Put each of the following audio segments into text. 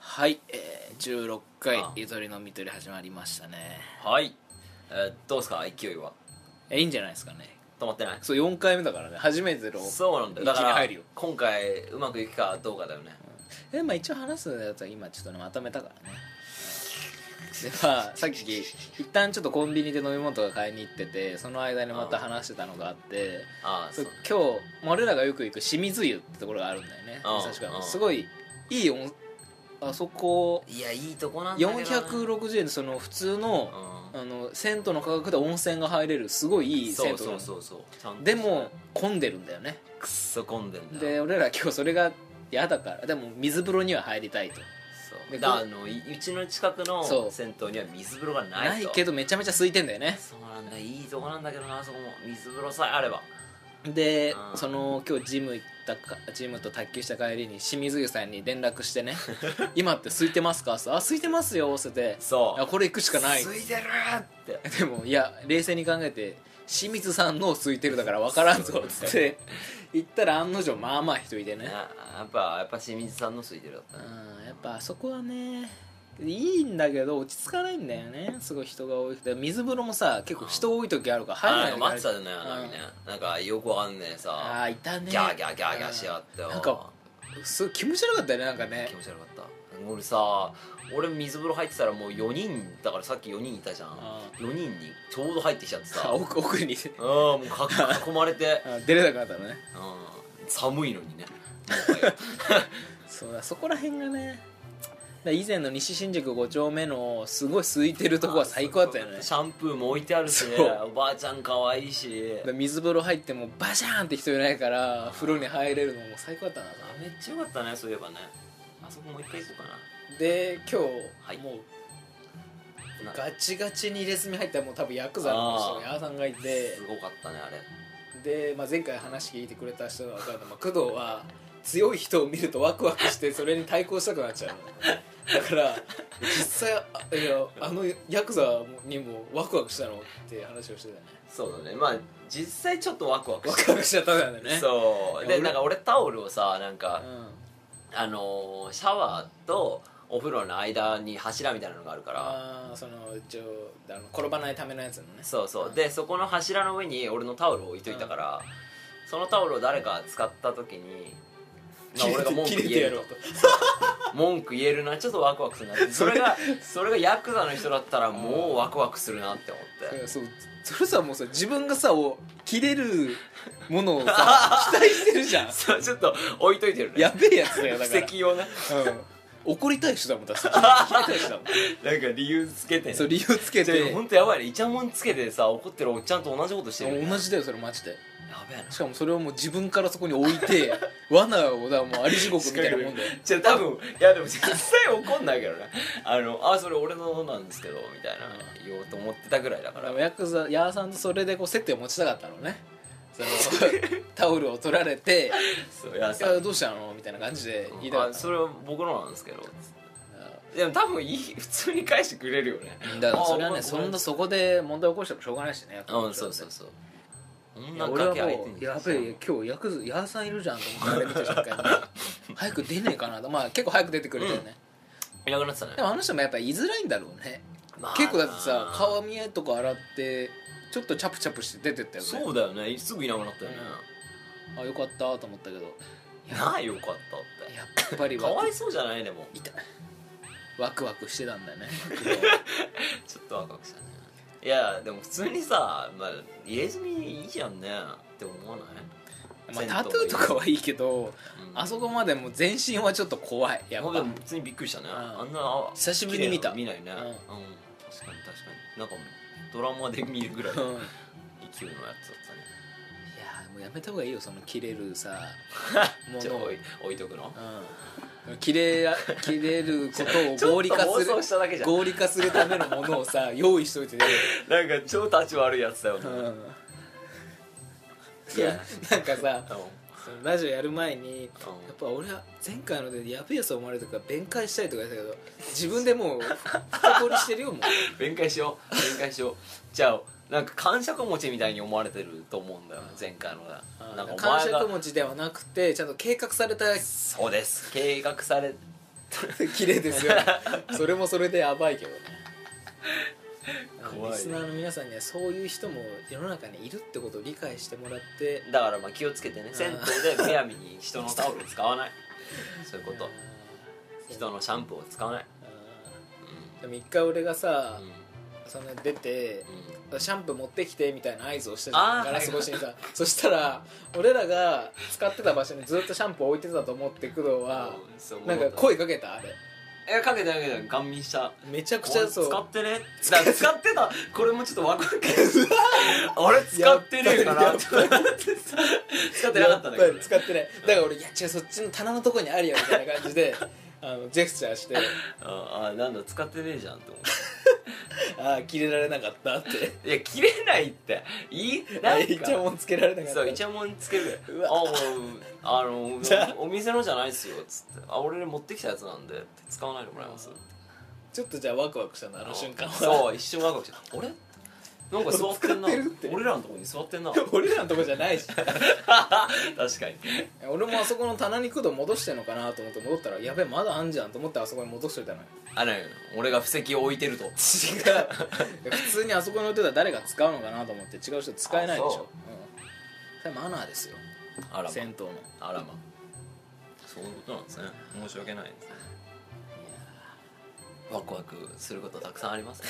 はい、えー、16回あゆとりのみとり始まりましたねはい、えーどうですか勢いはえいいんじゃないですかね止まってないそう4回目だからね初めてのそうなんだよ一だ気かにら入るよ今回うまくいくかどうかだよねえまあ一応話すやつは今ちょっとねまとめたからねでまあさっき一旦ちょっとコンビニで飲み物とか買いに行っててその間にまた話してたのがあってああそそうう今日まあ俺らがよく行く清水湯ってところがあるんだよねうん武蔵川うのんすごいいい温あそこいやいいとこなんだけどな460円でその普通のうあの銭湯の価格で温泉が入れるすごいいんいそ銭う湯そうなそうそうちゃんのとでも混んでるんだよねくっそ混んでんだでよ俺ら今日それが嫌だからでも水風呂には入りたいとそうでだからあのいうちの近くそうの銭湯には水風呂がないないとけどめちゃめちゃ空いてんだよねそうなんだいいとこなんだけどなあそこも水風呂さえあればでうんその今日ジム行ったかジムと卓球した帰りに清水湯さんに連絡して ね「今って空いてますか?」って「あ空いてますよ」って言って「そうあこれ行くしかない」空いてるってでもいや冷静に考えて清水さんの空いてるだから分からんぞっつって行ったら案の定まあまあ人いてねなやっぱやっぱ清水さんの空いてるだったねうんやっぱあそこはねいいんだけど落ち着かないんだよねすごい人が多いで水風呂もさ結構人多い時あるから入らあなないん時かあ待っるてたよねなんかねなんかよくわかんねえあさあいたねギャーギャーギャーギャーしやがってよなんかすごい気持ち悪かったよねなんかね気持ち悪かった俺さ俺水風呂入ってたらもう4人だからさっき4人いたじゃんあ4人にちょうど入ってきちゃってあさうん奥奥にもうか囲まれて、あ出れなくなったのねうん、寒いの にねもはやそうだそこら辺がねだ以前の西新宿5丁目のすごい空いてるとこは最高だったよねシャンプーも置いてあるしそうおばあちゃん可愛いしで水風呂入ってもバシャーンって人いないから風呂に入れるのも最高だったなあめっちゃよかったねそういえばねあそこもう一回行こうかなで今日、はいもうなガチガチに入れ墨入ったらもう多分ヤクザの人あーが矢さんがいてすごかったねあれで、まあ、前回話聞いてくれた人が分かるの、まあ、工藤は強い人を見るとワクワクしてそれに対抗したくなっちゃう のだから実際あいやあのヤクザにもワクワクしたのって話をしてたよねそうだねまあ実際ちょっとワクワクワしクワクしちゃったんだよねてそういやで俺なんか俺タオルをさなんか、うんあのーシャワーとお風呂の間に柱みたいなのがあるからああその一応あの転ばないためのやつのねそうそううんでそこの柱の上に俺のタオルを置いといたからそのタオルを誰か使った時に、まあ、俺が文句言えるとと文句言えるなちょっとワクワクするなそれがそれがヤクザの人だったらもうワクワクするなって思ってそうそれさもうさ自分がさを切れるものを さ期待してるじゃんそうちょっと置いといてるねやべえやつだよだから布石をねうん、怒りたい人だもんだ ってさ切れたい人だもんなんか理由つけてねそう理由つけでて本当やばいねイチャモンつけてさ怒ってるおっちゃんと同じことしてるよね、同じだよそれマジでやべえなしかもそれをもう自分からそこに置い て罠をだからもうあり地獄みたいなもんだよじゃあ多分いやでも実際怒んないけどねあのあそれ俺のなんですけどみたいな言おうと思ってたぐらいだ かだらからヤクザヤーさんとそれでこう接点を持ちたかったのねそのタオルを取られ てそういやいやどうしたのみたいな感じで言いたかあったそれは僕のなんですけどでも多分いい普通に返してくれるよねだからそれはあねごそめんんなそこで問題起こしてもしょうがないしねごめんうんそうそうそうこんいなや俺は掛け合いもてんうじゃんやべえ今日ヤクズヤーさんいるじゃんと思ってあれ見た瞬間に 早く出ねえかなとまあ結構早く出てくれたよね、いなくなってたねでもあの人もやっぱり居づらいんだろうねまあ結構だってさ顔見えとか洗ってちょっとチャプチャプして出てったよねそうだよねすぐいなくなったよねあよかったと思ったけどやなあよかったっやっぱりてかわワいそうじゃないでも痛いワクワクしてたんだ よねちょっとワクワクしたねいやでも普通にさ、まあ、入れ墨いいじゃんねって思わない、まあ、タトゥーとかはいいけどうんあそこまでもう全身はちょっと怖いやっまあでぱも普通にびっくりしたね、んあんな久しぶりに見た綺麗なの見ないねうん、確かに確かになんかもうドラマで見るぐらい勢いのうんやつだったねいやもうやめた方がいいよその切れるさも ちょのを置い置いとくのうん切れ切れることを合理化すちょっと妄想しただけるじゃん合理化するためのものをさ用意しといてね、なんか超立ち悪いやつだよね、うん、なんいやかさあのそのラジオやる前にやうんっぱ俺は前回のでやべえやつ思われるとか弁解したいとか言ってたけど自分でもう深掘りしてるよもう弁解しよう弁解しようじゃあなんか感触持ちみたいに思われてると思うんだよね前回のが なんかお感前触が持ちではなくてちゃんと計画されたそうです計画され 綺麗です よそれもそれでやばいけどね怖いリスナーの皆さんにはそういう人も世の中にいるってことを理解してもらってだからまあ気をつけてねん銭湯でむやみに人のタオルを使わないそういうこあとー人のシャンプーを使わないあうーでも一回俺がさん、うんその出てうんシャンプー持ってきてみたいな合図をしたじゃあんーガラス越しにさそしたら俺らが使ってた場所にずっとシャンプー置いてたと思って工藤はうんそうなんか声かけたあれえかけてあげたガン見しためちゃくちゃそおい使うってねだから使ってたこれもちょっと分か るけどあれ使ってねえかやっぱなりと思ってさ使ってなかやったんっだぱけどり使ってないだから俺いや違うそっちの棚のとこにあるよみたいな感じ であのジェスチャーしてああなんだ使ってねえじゃんと思っああ切れられなかったってていや切れないっていいあなんイチャかモンつけられなかったそうイチャモンつけるうあわもうあの じゃあお店のじゃないっすよつってあ俺持ってきたやつなんで使わないでもらいますちょっとじゃあワクワクしたなあの瞬間はそう一瞬ワクワクしてあれなんか座ってんな使ってるって俺らのとこに座って んな俺らのとこじゃないし確かに俺もあそこの棚に工藤戻してんのかなと思って戻ったらやべえまだあんじゃんと思ってあそこに戻しといたのよあれ俺が布石を置いてると違う普通にあそこに置いてたら誰が使うのかなと思って違う人使えないでしあそうょうん、それマナーですよあらま銭湯のあらまそういうことなんですね申し訳ないですねワクワクすることたくさんありますね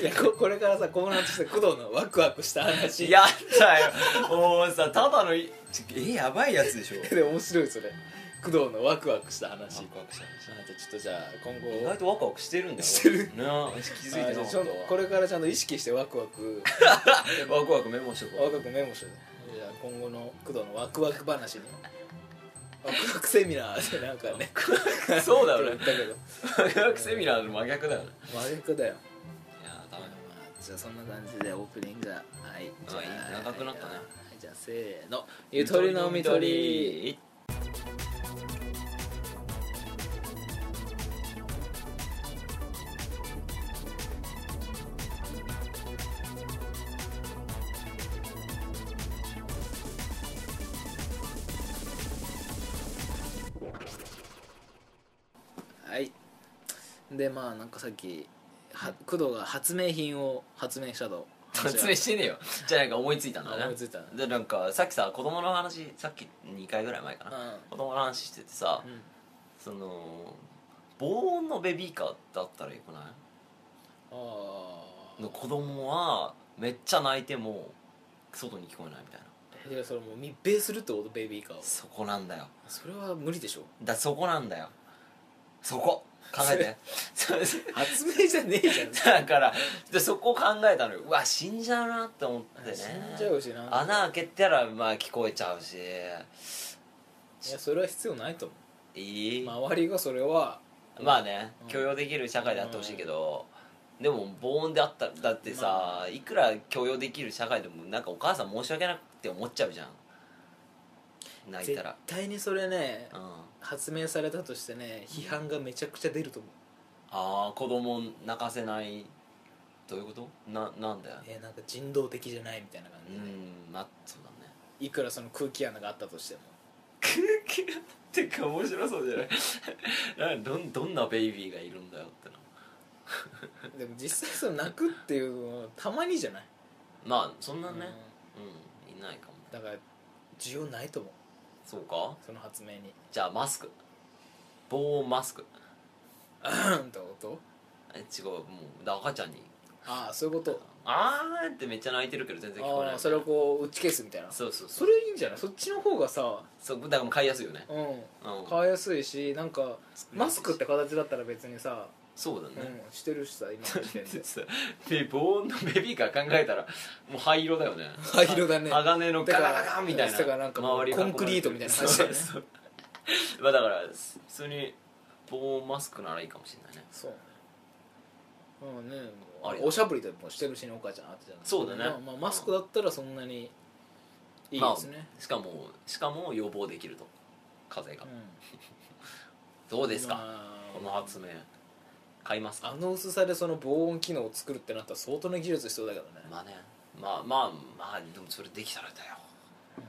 いやここれからさコーナーとして工藤のワクワクした話やったよもうさただのいちえやばいやつでしょ で面白いそれ工藤のワクワクした話あワクしたじゃあちょっとじゃあ今後意外とワクワクしてるんだよしてるね気づいあてじゃあなかっちたょわっとこれからちゃんと意識してワクワ クワクワクメモしとワこクワクメモしてじゃあ今後の工藤のワクワク話にワクワクセミナーでなんか ねうそうだよってね言ったけど ワクワクセミナーの真逆だよね真逆だよいやダまメだあじゃあそんな感じでオープニングがはいじゃあ長くなったねはいじゃあせーのゆとりのみとりはいでまあなんかさっきは工藤が発明品を発明したと発明してねえよ じゃあなんか思いついたんだね思いついたねでなんかさっきさ子供の話さっき2回ぐらい前かな、うん子供の話しててさ、うんその防音のベビーカーだったらよくなあいの子供はめっちゃ泣いても外に聞こえないみたいなあいやそれもう密閉するってことベビーカーをそこなんだよそれは無理でしょだそこなんだよそこ考えて そう発明じゃねえじゃんだからでそこを考えたのようわ死んじゃうなって思って ね死んじゃうしな穴開けたらまあ聞こえちゃうしいやそれは必要ないと思いい、う周りがそれはまあね、うん許容できる社会であってほしいけど、でも防音であっただってさ、いくら許容できる社会でもなんかお母さん申し訳なくて思っちゃうじゃん泣い絶たら対にそれねうんあ発明されたとしてね批判がめちゃくちゃ出ると思うあー子供泣かせないどういうことななんだよえーなんか人道的じゃないみたいな感じうで、んまあそうだねいくらその空気穴があったとして も空気ってか面白そうじゃ ないなどんどんなベイビーがいるんだよってなでも実際その泣くっていうのはたまにじゃない、まあそんなうんねうん、いないかもだから需要ないと思うそうかその発明にじゃあマスク防音マスクうんってことえ違うもうだから赤ちゃんにああそういうこと「あー」ってめっちゃ泣いてるけど全然聞こえあなあいそれをこう打ち消すみたいなそうそうそそうれいいんじゃないそっちの方がさそうだからもう買いやすいよねうんうん買いやすいしなんかマスクって形だったら別にさ、そうだうね、ん、してるしさ今の時 点ででさで防音のベビーカー考えたらもう灰色だよね灰色だね鋼のガガガガみたいなだからなんかもう周り囲まれてるコンクリートみたいな感じだよねそうそうまあだから普通に防音マスクならいいかもしれないねそううんねありだおしゃぶりでもしてるしねお母ちゃんあってじゃないそうだねまあ、まあマスクだったらそんなにいいですね、しかもしかも予防できると風邪が、うんどうですか、まあこの発明買いますかあの薄さでその防音機能を作るってなったら相当な技術必要だけどね、まあねまあまあまあでもそれできたらだようん、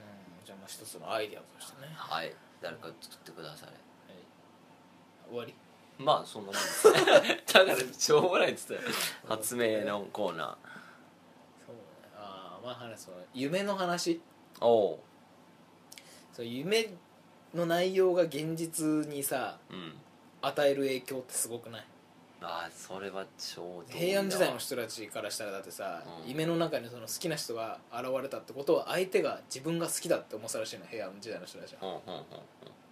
じゃあまあ一つのアイデアとしてね、はい誰か作ってくださいはい終わりまあそんなもんで すだからしょうもないっつったよ発明のコーナそうああまあ話その夢の話ーおうその夢の内容が現実にさうん与える影響ってすごくないああそれは超同意だ平安時代の人たちからしたらだってさ、うん夢の中にその好きな人が現れたってことは相手が自分が好きだって思ってたらしいの平安時代の人たちはうんうんうんうん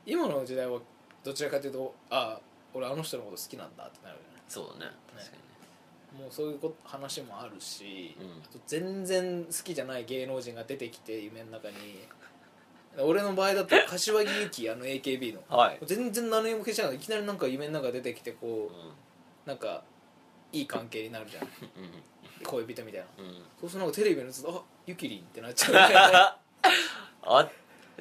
今の時代はどちらかというとああ俺あの人のこと好きなんだってなるよねそうだね確かにねもうそういうこと話もあるし、うんあと全然好きじゃない芸能人が出てきて夢の中に俺の場合だと柏木由紀あの AKB のはい、全然何も気にしなかったいきなりなんか夢の中出てきてこううなんかいい関係になるじゃんん恋人みたいなうんうんそうするとなんかテレビのやつあゆきりんってなっちゃうあ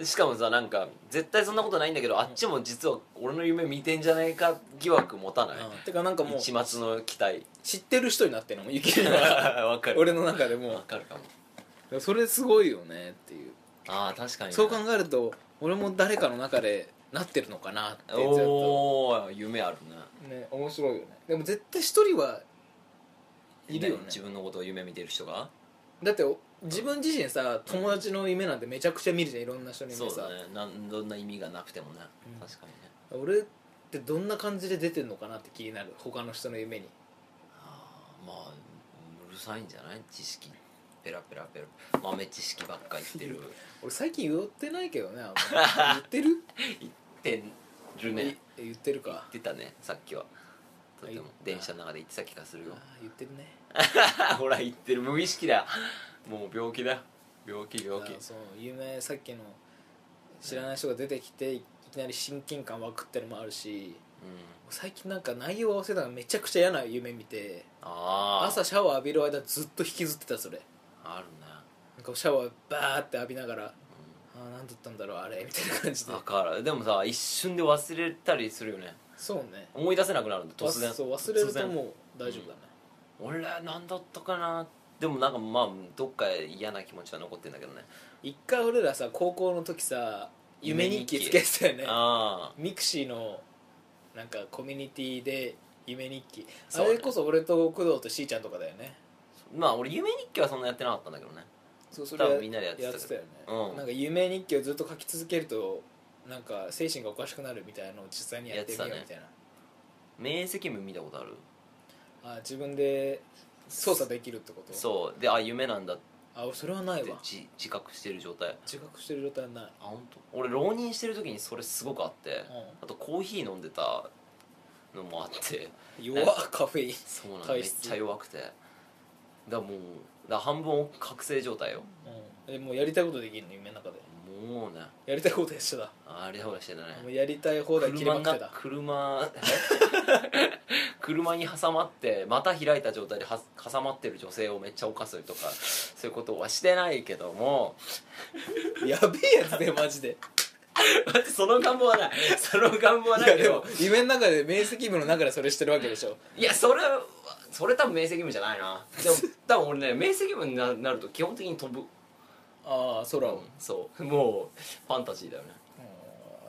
しかもさなんか絶対そんなことないんだけどあっちも実は俺の夢見てんじゃないか疑惑持たない、うんてかなんかもう一抹の期 待知ってる人になってるのもゆきりん はわかる俺の中でもわかるかもそれすごいよねっていうああ確かになそう考えると俺も誰かの中でなってるのかなってずっとおお夢あるねね面白いよねでも絶対一人はいるよね自分のことを夢見てる人がだってお自分自身さ友達の夢なんてめちゃくちゃ見るじゃんいろんな人のそ夢うさだ、ねなんどんな意味がなくてもね、うん確かにね俺ってどんな感じで出てんのかなって気になる他の人の夢にあーまあうるさいんじゃない知識ペラペラペラ豆知識ばっか言 ってる俺最近言ってないけどねあんま 言ってる言ってるねい言ってるか言ってたねさっきはとてもはい電車の中で言ってた気がするよあー言ってるね ほら言ってる無意識だもう病気だ病気病気あーそう夢さっきの知らない人が出てきていきなり親近感湧くってのもあるしうん最近なんか内容合わせたらめちゃくちゃ嫌な夢見てああ朝シャワー浴びる間ずっと引きずってたそれあるねなんかシャワーバーって浴びながらあー何だったんだろうあれみたいな感じでだからでもさ一瞬で忘れたりするよねそうね思い出せなくなるんだ突然わそう忘れると突然もう大丈夫だね、俺何だったかなでもなんかまあどっか嫌な気持ちは残ってんだけどね一回俺らさ高校の時さ夢日記つけてたよねあミクシーのなんかコミュニティで夢日記あそうねれこそ俺と工藤としーちゃんとかだよねあまあ俺夢日記はそんなやってなかったんだけどねそうそ多分みんなでやってたやっけてたどよね、うんなんか夢日記をずっと書き続けるとなんか精神がおかしくなるみたいなのを実際にやってみようみやったていな明晰夢見たことあるあ自分で操作できるってことそうであ夢なんだっあ俺それはないてわ自自覚してる状態自覚してる状態はない、あ本当。俺浪人してる時にそれすごくあってあとコーヒー飲んでたのもあってうん、弱っカフェインそうなのめ体っ質ちゃ弱くてだからもうだから半分覚醒状態ようん、えもうやりたいことできるの夢の中でもうねやりたいことやっちゃだ、あれほらしてたねもうやりたい放題切り車まのくっ中てた車 車に挟まってまた開いた状態では挟まってる女性をめっちゃ犯すとかそういうことはしてないけどもやべえやつねマジで待ってその願望はないその願望はいないやけでもど夢の中で明晰夢の中でそれしてるわけでしょいやそれはそれ多分明晰夢じゃないなでも 多分俺ね明晰夢にななると基本的に飛ぶああ空を、そうもうファンタジーだよね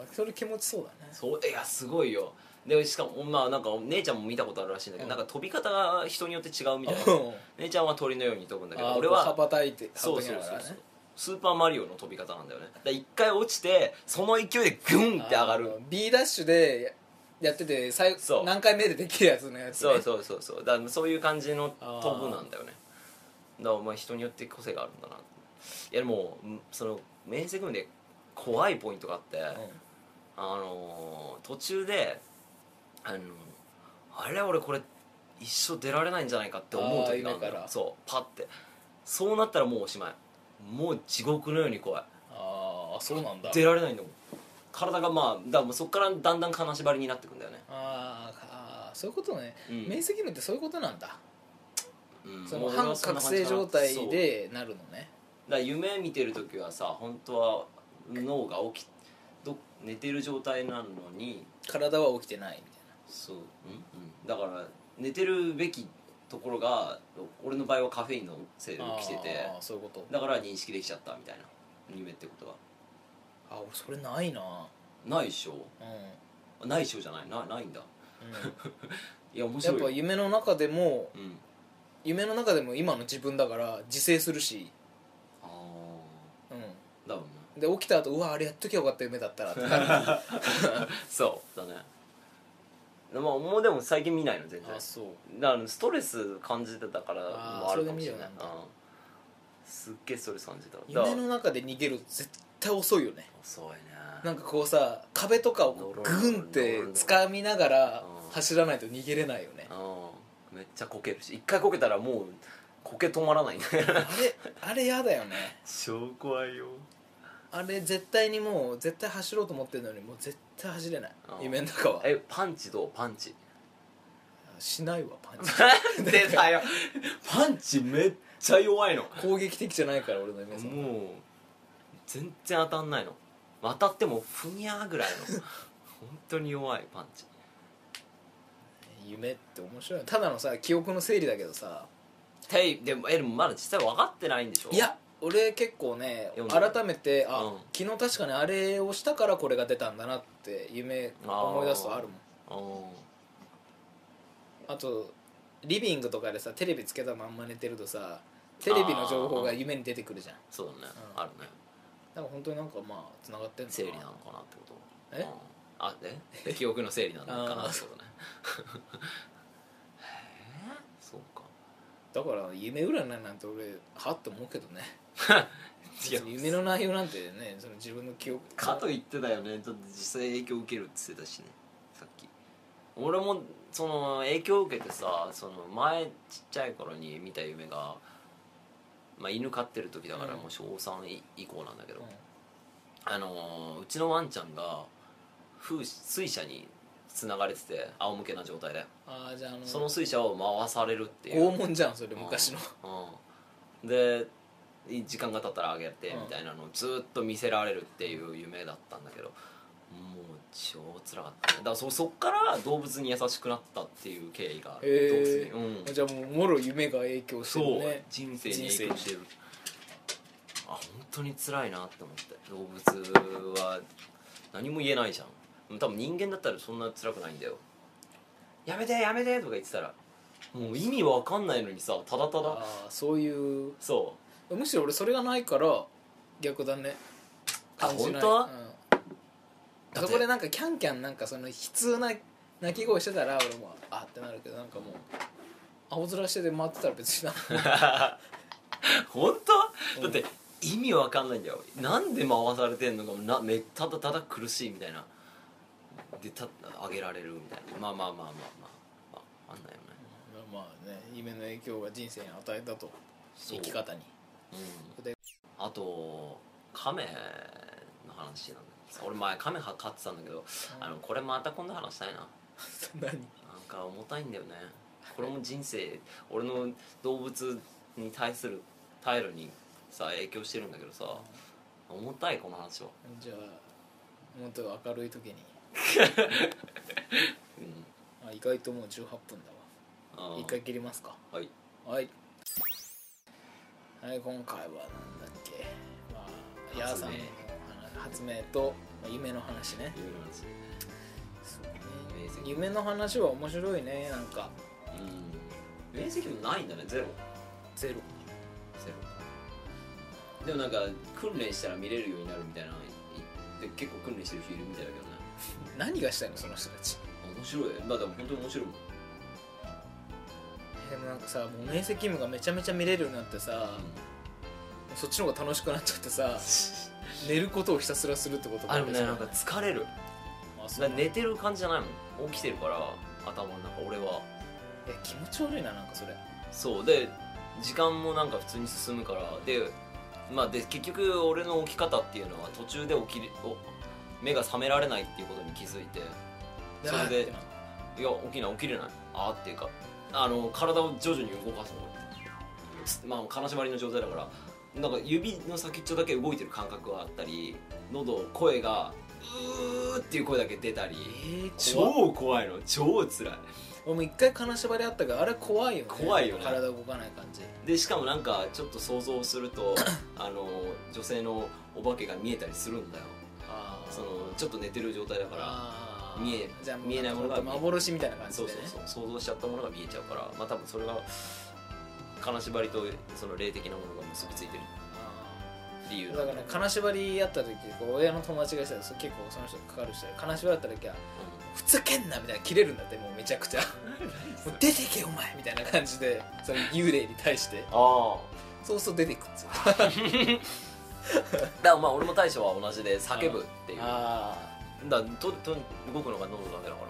うんそれ気持ちそうだねそういやすごいよでしかもまあなんか姉ちゃんも見たことあるらしいんだけど、うんなんか飛び方が人によって違 うみたいなうん姉ちゃんは鳥のように飛ぶんだけあどー俺こはう羽ばたいてそう羽そうばそたきながうらそうねスーパーマリオの飛び方なんだよねだから一回落ちてその勢いでグンって上があるの B ダッシュでややってて最後そう何回目でできるやつのやつ、ね、そうそうそうそうだからそういう感じのあー飛ぶなんだよねだからまあ人によって個性があるんだないやでもうんその面積群で怖いポイントがあって、あのー途中であのーあれ俺これ一生出られないんじゃないかって思う時があるあー今んだかよらそうパッてそうなったらもうおしまいもう地獄のように怖いああそうなんだ出られないんだもん体がまあだからもうそこからだんだん金縛りになってくんだよねあーあーそういうことね、うん明晰夢ってそういうことなんだ、うんそのもう俺は反そんな覚感醒じかな状態そうだかでなるのねら夢見てる時はさ本当は脳が起きど寝てる状態なのに体は起きてないみたいそう、だから寝てるべきところが俺の場合はカフェインのせいでな起きててあーそういうことだから認識できちゃったみたいな夢ってことはあ俺それないなないでしょうんない章じゃないなないんだいや面やっ白いぱよ夢の中でもうん夢の中でも今の自分だから自制するし、あうあだもんねん、で起きた後うわあれやっときゃよかった夢だったらって なるそうだねまあもうでも最近見ないの全然あそうだからストレス感じてたからあーもあるかもしれそなれいで見うればんすっげえストレス感じただから夢の中で逃げる絶対遅いよね遅いねなんかこうさ壁とかをこうグンって掴みながらうん走らないと逃げれないよねうんめっちゃこけるし一回こけたらもうこけ止ま らないねあれあれやだよね超怖いよあれ絶対にもう絶対走ろうと思ってるのにもう絶対走れないうん夢の中はえパンチどうパンチしないわパンチ出たよ パンチめっちゃ弱いの攻撃的じゃないから俺の夢さもう全然当たんないの当たってもふにゃーぐらい の本当に弱いパンチ夢って面白いただのさ記憶の整理だけどさていでもえでもまだ実際分かってないんでしょいや俺結構ね読んだ改めてあ、うん昨日確かにあれをしたからこれが出たんだなって夢思い出すとあるもんうんあとリビングとかでさテレビつけたまんま寝てるとさテレビの情報が夢に出てくるじゃんそうだね、うんあるねだから本当になんかまあつながってんのか整な理なのかなってことえうんあえ 記憶の整理なのかなってことね へえそうかだから夢占いなんて俺はって思うけどね いや別に夢の内容なんてねその自分の記憶かと言ってたよねだって実際影響受けるって言ってたしねさっき俺もその影響を受けてさその前ちっちゃい頃に見た夢が、まあ、犬飼ってる時だからうんもう小3以以降なんだけど、うんあのーうちのワンちゃんが風水車に繋がれてて仰向けな状態で、ああじゃああのその水車を回されるっていう拷問じゃんそれ昔のうんでい時間が経ったらあげてうんみたいなのをずーっと見せられるっていう夢だったんだけどもう超辛かったねだからそそっから動物に優しくなったっていう経緯があるへえ動物にうんじゃあもうもろ夢が影響してそるう、ね人生に人生影響してるあ本当に辛いなって思って動物は何も言えないじゃん多分人間だったらそんな辛くないんだよやめてやめてとか言ってたらもう意味わかんないのにさただただああそういうそうむしろ俺それがないから逆だねあ感じない本当うん、そこでなんかキャンキャンなんかその悲痛な鳴き声してたら俺もあってなるけどなんかもう青空してて回ってたら別にな本う当んだって意味わかんないんだよなんで回されてんのかもなめただただ苦しいみたいなでたあげられるみたいなまあまあまあまあまあ、まあ、あんないよねまあね夢の影響が人生に与えたとそう生き 方にうんであと亀の話なんだけど俺前亀は飼ってたんだけどあのこれまた今度話したいな何なんか重たいんだよねこれも人生俺の動物に対する態度にさ影響してるんだけどさ重たいこの話はじゃあもっと明るい時にうんあ意外ともう18分だあわー一回切りますかはいはいはい今回はなんだっけまあヤー発さん明の発明と、まあ、夢の話ね夢の話明晰夢の話は面白いねなんかうん面積もないんだねゼロゼロゼロでもなんか訓練したら見れるようになるみたいないで結構訓練してる人いるみたいだけどね何がしたいのその人たち面白いまあでも本当に面白いもんえでもなんかさもう明晰夢がめちゃめちゃ見れるようになってさそっちの方が楽しくなっちゃってさ寝ることをひたすらするってことあでもるねなんか疲れるあそうなんなんかだ寝てる感じじゃないもん起きてるから頭の中俺はえ気持ち悪いななんかそれそうで時間もなんか普通に進むからでまあで結局俺の起き方っていうのは途中で起きるお目が覚められないっていうことに気づいてそれでいや起きない起きれないあーっていうかあの体を徐々に動かそうつまあ金縛りの状態だからなんか指の先っちょだけ動いてる感覚があったり喉声がうーっていう声だけ出たりえー、怖っ超怖いの超辛い俺も一回金縛りあったけどあれ怖いよね怖いよね体動かない感じでしかもなんかちょっと想像する とあの女性のお化けが見えたりするんだよああそのちょっと寝てる状態だからあ見えじゃあう見えないものが見える幻みたいな感じそでうねそうそう想像しちゃったものが見えちゃうからまあ多分それが金縛りとその霊的なものが結びついてるあ理由ーだからね金縛りやった時こう親の友達がしたらそ結構その人かかる人で金縛りやった時は「ふざけんな」みたいな切れるんだってもうめちゃく ちゃ「もう出てけお前」みたいな感じでその幽霊に対してあそうすると出てくっつうあだからまあ俺も大将は同じで叫ぶっていうだかあらとと動くのが喉だけだから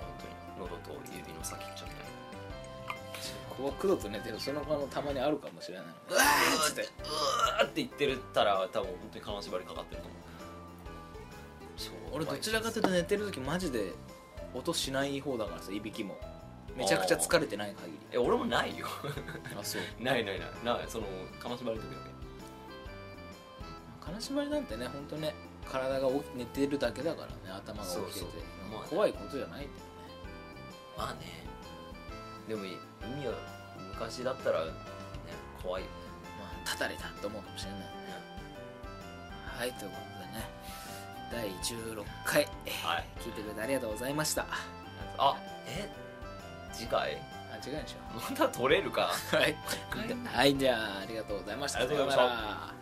本当に喉と指の先っちょみたいなあこう工藤とねでもその可能たまにあるかもしれないうわうーっわーつっっててうわーって言ってるったら多分本当に金縛りかかってると思うそう俺どちらかというと寝てる時マジで音しない方だからさいびきもめちゃくちゃ疲れてない限りえ俺もないよ あそうないないないないその金縛りの時だ金縛りなんてね本当ね体が起き寝てるだけだからね頭が起きててそうそうまあね怖いことじゃないんだよねまあねでも海は昔だったら、ね、怖いよねまあたたれたと思うかもしれないねはいということでね第16回、はい聞いてくれてありがとうございましたあえ次回 あ違うでしょまた取れるかはい、はい、じゃあありがとうございましたありがとうございましたさよなら